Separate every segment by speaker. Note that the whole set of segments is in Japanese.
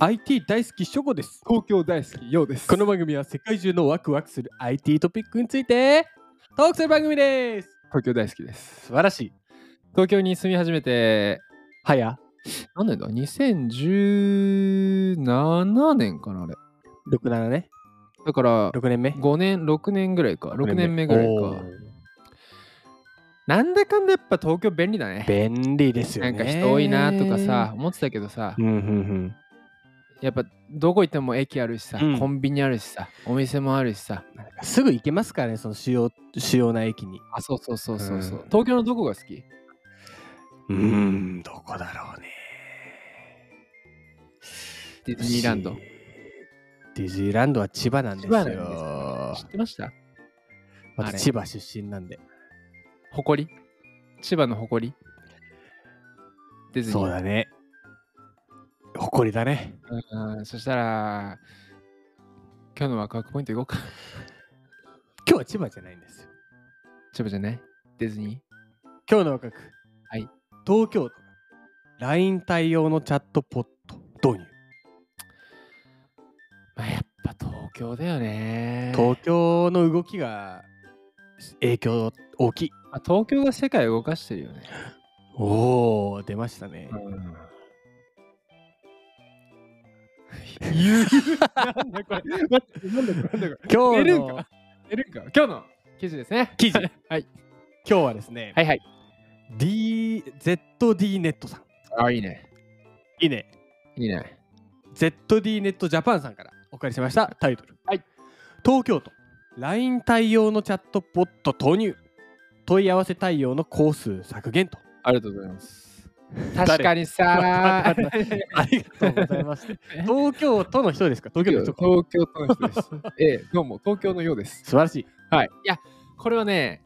Speaker 1: IT 大好き初号です
Speaker 2: 東京大好きようです
Speaker 1: この番組は世界中のワクワクする IT トピックについてトークする番組です
Speaker 2: 東京大好きです
Speaker 1: 素晴らしい
Speaker 2: 東京に住み始めて
Speaker 1: はや
Speaker 2: 何年だ2017年かなあれ
Speaker 1: 67ね
Speaker 2: だから
Speaker 1: 6年目
Speaker 2: 5年6年ぐらいか6年目ぐらい
Speaker 1: お
Speaker 2: か
Speaker 1: ー
Speaker 2: なんだかんだやっぱ東京便利だね
Speaker 1: 便利ですよ
Speaker 2: な
Speaker 1: ね
Speaker 2: んか人多いなとかさ思ってたけどさ
Speaker 1: うんうん
Speaker 2: やっぱどこ行っても駅あるしさ、
Speaker 1: うん
Speaker 2: コンビニあるしさお店もあるしさ
Speaker 1: うんなんかすぐ行けますからねその主要主要な駅に
Speaker 2: あそうそうそうそうそう、
Speaker 1: うん
Speaker 2: 東京のどこが好き
Speaker 1: うーんどこだろうね
Speaker 2: ディズニーランド
Speaker 1: ディズニーランドは千葉なんです
Speaker 2: 千葉なん
Speaker 1: よ
Speaker 2: 知ってましたあれ
Speaker 1: 私千葉出身なんで
Speaker 2: 誇り千葉の誇りディズニー
Speaker 1: そうだね誇りだね
Speaker 2: うんそしたら今日のワクワクポイントいこうか
Speaker 1: 今日は千葉じゃないんですよ
Speaker 2: 千葉じゃないディズニ
Speaker 1: 今日の若く、
Speaker 2: はい、
Speaker 1: 東京都 LINE 対応のチャットポット導入
Speaker 2: ー、まあ、やっぱ東京だよね
Speaker 1: 東京の動きが影響大きい
Speaker 2: あ東京が世界を動かしてるよね、
Speaker 1: おお出ましたね
Speaker 2: 言うなんだこれ待ってなんだこれなんだこれ
Speaker 1: 今
Speaker 2: 寝
Speaker 1: 日
Speaker 2: る
Speaker 1: の
Speaker 2: んか寝るんか今日の記事ですね
Speaker 1: 記事
Speaker 2: はい
Speaker 1: 今日はですね、
Speaker 2: はいはい
Speaker 1: DZD ネットさん
Speaker 2: あいいね
Speaker 1: いいね
Speaker 2: いいね
Speaker 1: ZD ネットジャパンさんからお借りしましたタイトル、
Speaker 2: はい、
Speaker 1: 東京都 LINE 対応のチャットポット投入問い合わせ対応の工数削減と
Speaker 2: ありがとうございます
Speaker 1: 誰
Speaker 2: 確かにさ
Speaker 1: 待ありがとうございます 東京都の人ですか東京都の人か
Speaker 2: 東京都の人 です。ええ、どうも東京のようです。
Speaker 1: 素晴らしい
Speaker 2: はい。いや、これはね、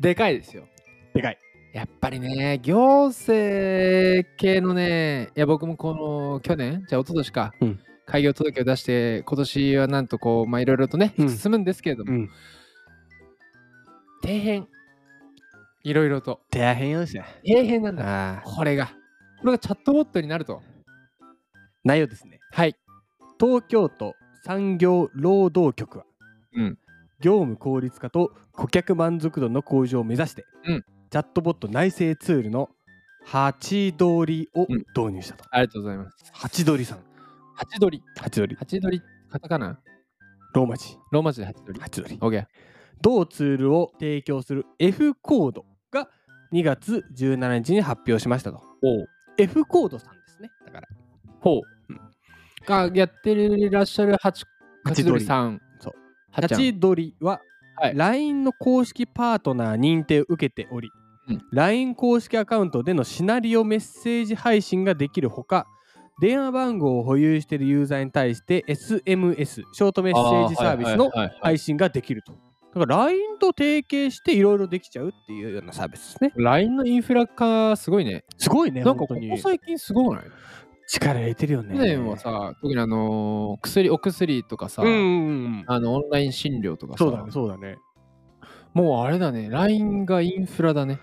Speaker 2: でかいですよ。
Speaker 1: でかい
Speaker 2: やっぱりね、行政系のね、いや、僕もこの去年、じゃあ一昨年か、
Speaker 1: うん
Speaker 2: 開業届を出して、今年はなんとこう、まあいろいろとね、
Speaker 1: うん
Speaker 2: 進むんですけれども、
Speaker 1: うん
Speaker 2: 底辺、いろいろと、
Speaker 1: 手やへんよでした
Speaker 2: 底辺なん
Speaker 1: あ
Speaker 2: だ、
Speaker 1: ー
Speaker 2: これが。これがチャットボットになると。
Speaker 1: 内容ですね
Speaker 2: はい。
Speaker 1: 東京都産業労働局は、
Speaker 2: うん
Speaker 1: 業務効率化と顧客満足度の向上を目指して、
Speaker 2: うん
Speaker 1: チャットボット内製ツールのハチドリを
Speaker 2: うん
Speaker 1: 導入したと、
Speaker 2: ありがとうございます。
Speaker 1: ハチドリさん
Speaker 2: ハチドリ。
Speaker 1: ハチドリ
Speaker 2: ハチドリ、カタカナ
Speaker 1: ローマ字
Speaker 2: ローマ字でハチドリ。
Speaker 1: ハチドリ
Speaker 2: オッケー。
Speaker 1: 同ツールを提供する F コードが2月17日に発表しましたと
Speaker 2: おう
Speaker 1: F コードさんですねだから
Speaker 2: ほう。がやってるらっしゃるハチハチドリさん。
Speaker 1: そう。
Speaker 2: ハ
Speaker 1: ハ
Speaker 2: チ
Speaker 1: チドリは、
Speaker 2: はい
Speaker 1: LINE の公式パートナー認定を受けており、
Speaker 2: うん
Speaker 1: LINE 公式アカウントでのシナリオメッセージ配信ができるほか電話番号を保有しているユーザーに対して SMS ショートメッセージサービスの配信ができると。だから LINE と提携していろいろできちゃうっていうようなサービスですね。
Speaker 2: LINE のインフラ化すごいね。
Speaker 1: すごいね、
Speaker 2: なん
Speaker 1: 本
Speaker 2: か
Speaker 1: 当
Speaker 2: ここ
Speaker 1: に。
Speaker 2: 最近すごくない
Speaker 1: 力入れてるよね。
Speaker 2: 去年はさ、特にあのー薬、お薬とかさ、
Speaker 1: うんうんうん、
Speaker 2: あのオンライン診療とかさ、
Speaker 1: そうだね、そうだね。
Speaker 2: もうあれだね、LINE がインフラだね。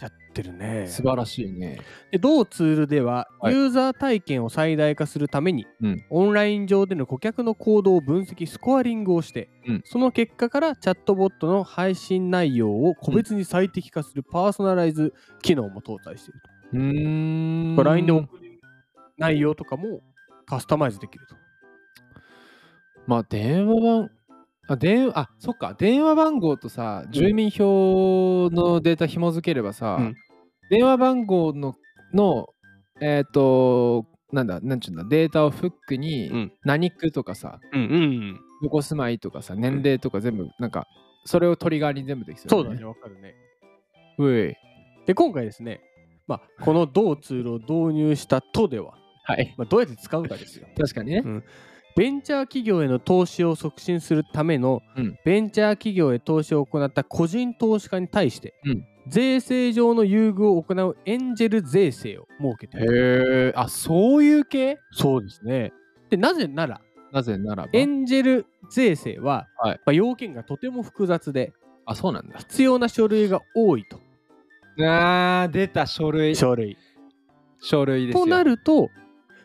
Speaker 1: やってるね。
Speaker 2: 素晴らしいね。
Speaker 1: で同ツールでは、
Speaker 2: はい
Speaker 1: ユーザー体験を最大化するために、
Speaker 2: うん
Speaker 1: オンライン上での顧客の行動を分析スコアリングをして、
Speaker 2: うん
Speaker 1: その結果からチャットボットの配信内容を個別に最適化するパーソナライズ機能も搭載していると、
Speaker 2: うーん。
Speaker 1: LINE で送る内容とかもカスタマイズできると
Speaker 2: まあ電話番あ電あそっか電話番号とさ住民票のデータ紐付ければさ、
Speaker 1: うん
Speaker 2: 電話番号ののえっ、となんだなんちゅうんだデータをフックに
Speaker 1: うん
Speaker 2: 何区とかさ、
Speaker 1: うんうん
Speaker 2: どこ住まいとかさ年齢とか全部なんかそれをトリガーに全部できそう
Speaker 1: そうだねわかるね
Speaker 2: うい
Speaker 1: で今回ですね、まあ、この同ツールを導入したとでは、
Speaker 2: はい
Speaker 1: まあ、どうやって使うかですよ
Speaker 2: 確かにね、
Speaker 1: うんベンチャー企業への投資を促進するための、
Speaker 2: うん
Speaker 1: ベンチャー企業へ投資を行った個人投資家に対して、
Speaker 2: うん
Speaker 1: 税制上の優遇を行うエンジェル税制を設けている
Speaker 2: へえあそういう系
Speaker 1: そうですねでなぜなら
Speaker 2: なぜならば
Speaker 1: エンジェル税制は、
Speaker 2: はい
Speaker 1: まあ、要件がとても複雑で
Speaker 2: あそうなんだ
Speaker 1: 必要な書類が多いと
Speaker 2: あー出た書類
Speaker 1: 書類
Speaker 2: 書類ですよ
Speaker 1: となると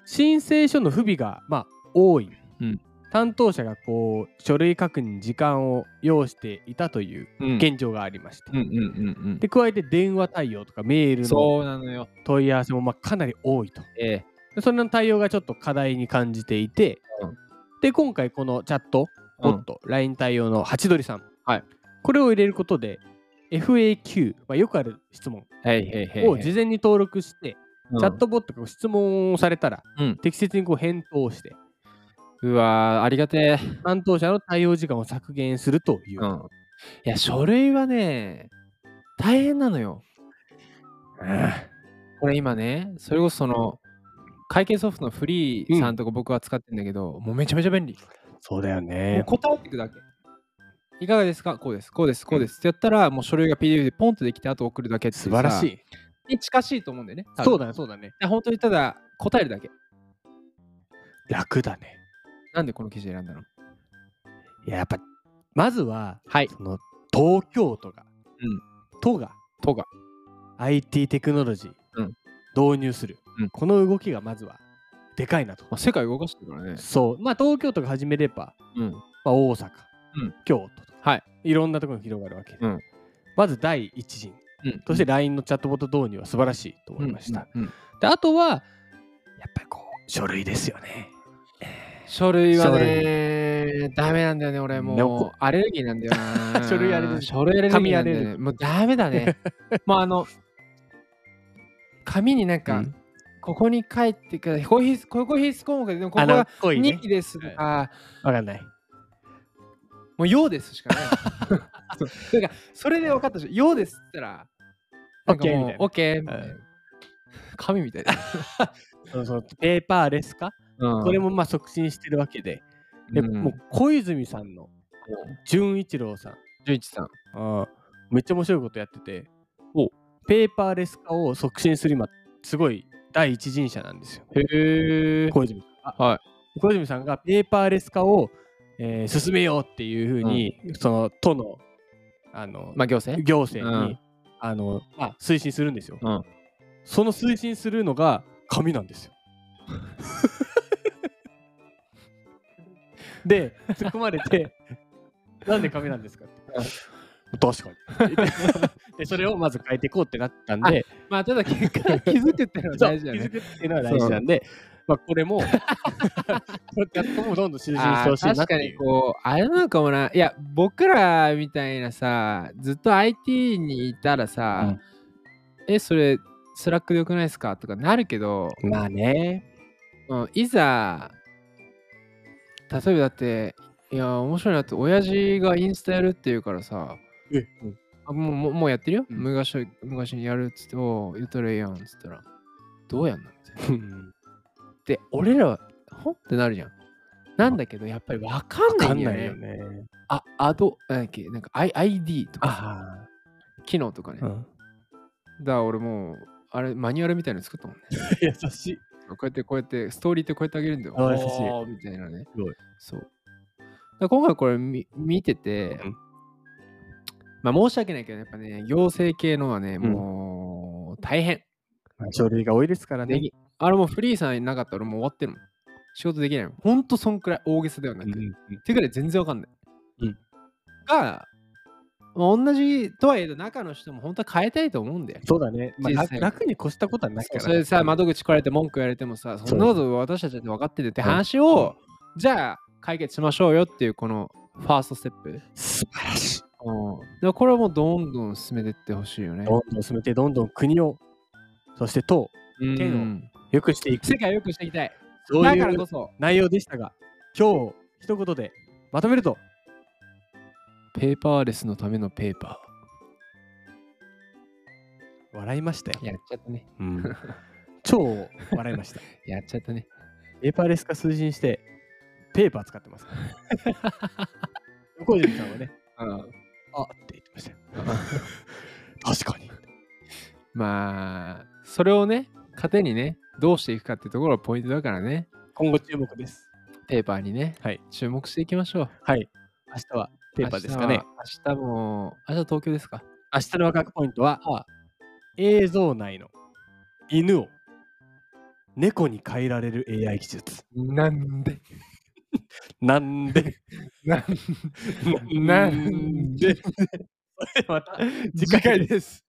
Speaker 1: 申請書の不備が、まあ、多い、
Speaker 2: うん
Speaker 1: 担当者がこう書類確認に時間を要していたという
Speaker 2: うん
Speaker 1: 現状がありまして、
Speaker 2: うんうんうん
Speaker 1: で加えて電話対応とかメー
Speaker 2: う
Speaker 1: ル
Speaker 2: ん。
Speaker 1: の
Speaker 2: そうなのよ。
Speaker 1: 問い合わせもまあかなり多いと
Speaker 2: ええ。
Speaker 1: でそれの対応がちょっと課題に感じていて、
Speaker 2: うん
Speaker 1: で今回このチャットボット、LINE 対応のハチドリさん、
Speaker 2: はい
Speaker 1: これを入れることで FAQ、まあ、よくある質問
Speaker 2: はいはいはい。
Speaker 1: を事前に登録して、
Speaker 2: うん
Speaker 1: チャットボットが質問をされたら、
Speaker 2: うん
Speaker 1: 適切にこう返答して
Speaker 2: うわーありがてえ。
Speaker 1: 担当者の対応時間を削減するという、
Speaker 2: うん。いや、書類はね、大変なのよ。これ今ね、それこそその、会計ソフトのフリーさんとか僕は使ってんだけど、もうめちゃめちゃ便利。
Speaker 1: そうだよ
Speaker 2: もう
Speaker 1: ね
Speaker 2: 答えていくだけ。いかがですかこうです、こうです、こうですってやったら、もう書類が PDF でポンとできて、あと送るだけっていう
Speaker 1: 素
Speaker 2: さ
Speaker 1: 晴らし。い
Speaker 2: に近しいと思うんだよね。多分
Speaker 1: そうだねそうだね
Speaker 2: いや本当にただ答えるだけ。
Speaker 1: 楽だね
Speaker 2: なんでこの記事選んだの
Speaker 1: いややっぱまずは
Speaker 2: はい。
Speaker 1: その東京都が、
Speaker 2: うん
Speaker 1: 都が
Speaker 2: とが。
Speaker 1: IT テクノロジー
Speaker 2: うん
Speaker 1: 導入する、
Speaker 2: うん
Speaker 1: この動きがまずはでかいなと、
Speaker 2: まあ、世界動かしてるからね。
Speaker 1: そうまあ東京都が始めれば、
Speaker 2: うん。
Speaker 1: まあ、大阪、
Speaker 2: うん
Speaker 1: 京都と
Speaker 2: はい。
Speaker 1: いろんなところに広がるわけ、
Speaker 2: うん
Speaker 1: まず第一陣
Speaker 2: うん。
Speaker 1: として LINE のチャットボット導入は素晴らしいと思いました、
Speaker 2: うん。うん
Speaker 1: であとはやっぱりこう書類ですよね
Speaker 2: 書類はね、ダメなんだよね、俺
Speaker 1: ね
Speaker 2: も
Speaker 1: こ
Speaker 2: う。アレルギーなんだよな。
Speaker 1: 書類アレルギー
Speaker 2: 書類アレルギーなんだ
Speaker 1: 紙
Speaker 2: よ
Speaker 1: アレル
Speaker 2: ね。もうダメだ ね。もうあの、紙になんか、
Speaker 1: うん
Speaker 2: ここに書いてください。コーヒー、ここ必須項目で、でもここ
Speaker 1: あの
Speaker 2: が
Speaker 1: 濃いね
Speaker 2: 2期ですとか、
Speaker 1: わかんない
Speaker 2: もう用ですしかない。 そうだから、それで分かったし、用ですって言ったら、なんかもう
Speaker 1: OK み
Speaker 2: OK み
Speaker 1: な
Speaker 2: たいな。紙みたいな。
Speaker 1: そのそのペーパーレス化、これもまあ促進してるわけでで、
Speaker 2: うん
Speaker 1: もう小泉さんの純一郎さん
Speaker 2: 純一さん。
Speaker 1: あーめっちゃ面白いことやってて
Speaker 2: お
Speaker 1: ペーパーレス化を促進する今すごい第一人者なんですよ
Speaker 2: へえ。
Speaker 1: 小泉さんが
Speaker 2: はい。
Speaker 1: 小泉さんがペーパーレス化を、えー進めようっていうふうに、その都のあの、
Speaker 2: まあ行政
Speaker 1: 行政に、
Speaker 2: うん
Speaker 1: あのまあ、推進するんですよ、
Speaker 2: うん
Speaker 1: その推進するのが紙なん ですよで突っ込まれて 「なんで紙なんですか?」って確かに でそれをまず変えていこうってなったんで
Speaker 2: まあただ結果気づくってのは
Speaker 1: そう
Speaker 2: 大事だよね
Speaker 1: 気づ。くっていうのは大事なんで、まあ、これ もこのキャットもどんどん推進してほしい
Speaker 2: あ
Speaker 1: な
Speaker 2: ー確
Speaker 1: って
Speaker 2: か
Speaker 1: い
Speaker 2: に
Speaker 1: う
Speaker 2: こうあれなのかもないや僕らみたいなさずっと IT にいたらさ、えそれスラックでよくないですかとかなるけど、
Speaker 1: まあね
Speaker 2: うん、いざ例えばだっていや面白いなって親父がインスタやるっていうからさ
Speaker 1: え
Speaker 2: あもうもうもうやってるよ、
Speaker 1: うん
Speaker 2: 昔昔にやるっつっておう言ったらええやんっつったらどうやんのみたいな
Speaker 1: うん
Speaker 2: で俺らはほんってなるじゃんなんだけどやっぱりわかん
Speaker 1: わ
Speaker 2: ない
Speaker 1: か
Speaker 2: ん
Speaker 1: ん
Speaker 2: だよ
Speaker 1: な
Speaker 2: ね
Speaker 1: いよね
Speaker 2: あアドなんだっけなんか I- ID とかさ
Speaker 1: あ
Speaker 2: 機能とかね、
Speaker 1: あ、う
Speaker 2: だか
Speaker 1: ん、
Speaker 2: ら俺もうあれマニュアルみたいなの作 ったもんね
Speaker 1: 優しい
Speaker 2: こうやってこうやってストーリーってこうやってあげるんだよ
Speaker 1: あ優しい
Speaker 2: おーみたいなね
Speaker 1: すごい
Speaker 2: そうだから今回これ見見てて、
Speaker 1: うん
Speaker 2: まあ申し訳ないけどやっぱね行政系のはね
Speaker 1: うん
Speaker 2: もう大変、
Speaker 1: 書類が多いですから
Speaker 2: で
Speaker 1: ね。
Speaker 2: きあれもうフリーさんいなかったら俺もう終わってるもん仕事できないもんほんとそんくらい大げさではなく、っていうかい全然わかんない。
Speaker 1: うん
Speaker 2: が、まあ同じとはいえど中の人も本当は変えたいと思うんだよ。
Speaker 1: そうだね、まあ
Speaker 2: 実
Speaker 1: 楽
Speaker 2: 際
Speaker 1: 楽に越したことはないから。
Speaker 2: それでさ、窓口来られて文句言われてもさ、
Speaker 1: う
Speaker 2: そんなこと私たちだって分かってるって話を、じゃあ解決しましょうよっていうこのファーストステップ。
Speaker 1: 素晴らしい。
Speaker 2: でこれはもうどんどん進めていってほしいよね。
Speaker 1: どんどん進めて、どんどん国を、そして党を
Speaker 2: うん
Speaker 1: 手を良くしていく、
Speaker 2: 世界を良くしていきたい。
Speaker 1: そう
Speaker 2: だ
Speaker 1: い
Speaker 2: からこ
Speaker 1: う
Speaker 2: そ、
Speaker 1: 内容でしたが、今日、一言でまとめると、
Speaker 2: ペーパーレスのためのペーパ
Speaker 1: 笑いましたよ
Speaker 2: ー。。やっちゃったね。
Speaker 1: うん、超笑いま した。
Speaker 2: やっちゃったね。
Speaker 1: ペーパーレス化推進して、ペーパー使ってますから。 小泉さんはね、
Speaker 2: うん、
Speaker 1: あって言ってましたよ。確かに。
Speaker 2: まあ、それをね、糧にね、どうしていくかってところがポイントだからね、
Speaker 1: 今後注目です。
Speaker 2: ペーパーにね、
Speaker 1: はい
Speaker 2: 注目していきましょう。
Speaker 1: はい。明日はペーパーですかね。
Speaker 2: 明日は。明日も、明日は東京ですか。
Speaker 1: 明日のワクワクポイントは、映像内の犬を猫に変えられる AI 技術。
Speaker 2: なんで
Speaker 1: なんで
Speaker 2: なん
Speaker 1: なんで それまた次
Speaker 2: 次回
Speaker 1: 回
Speaker 2: です。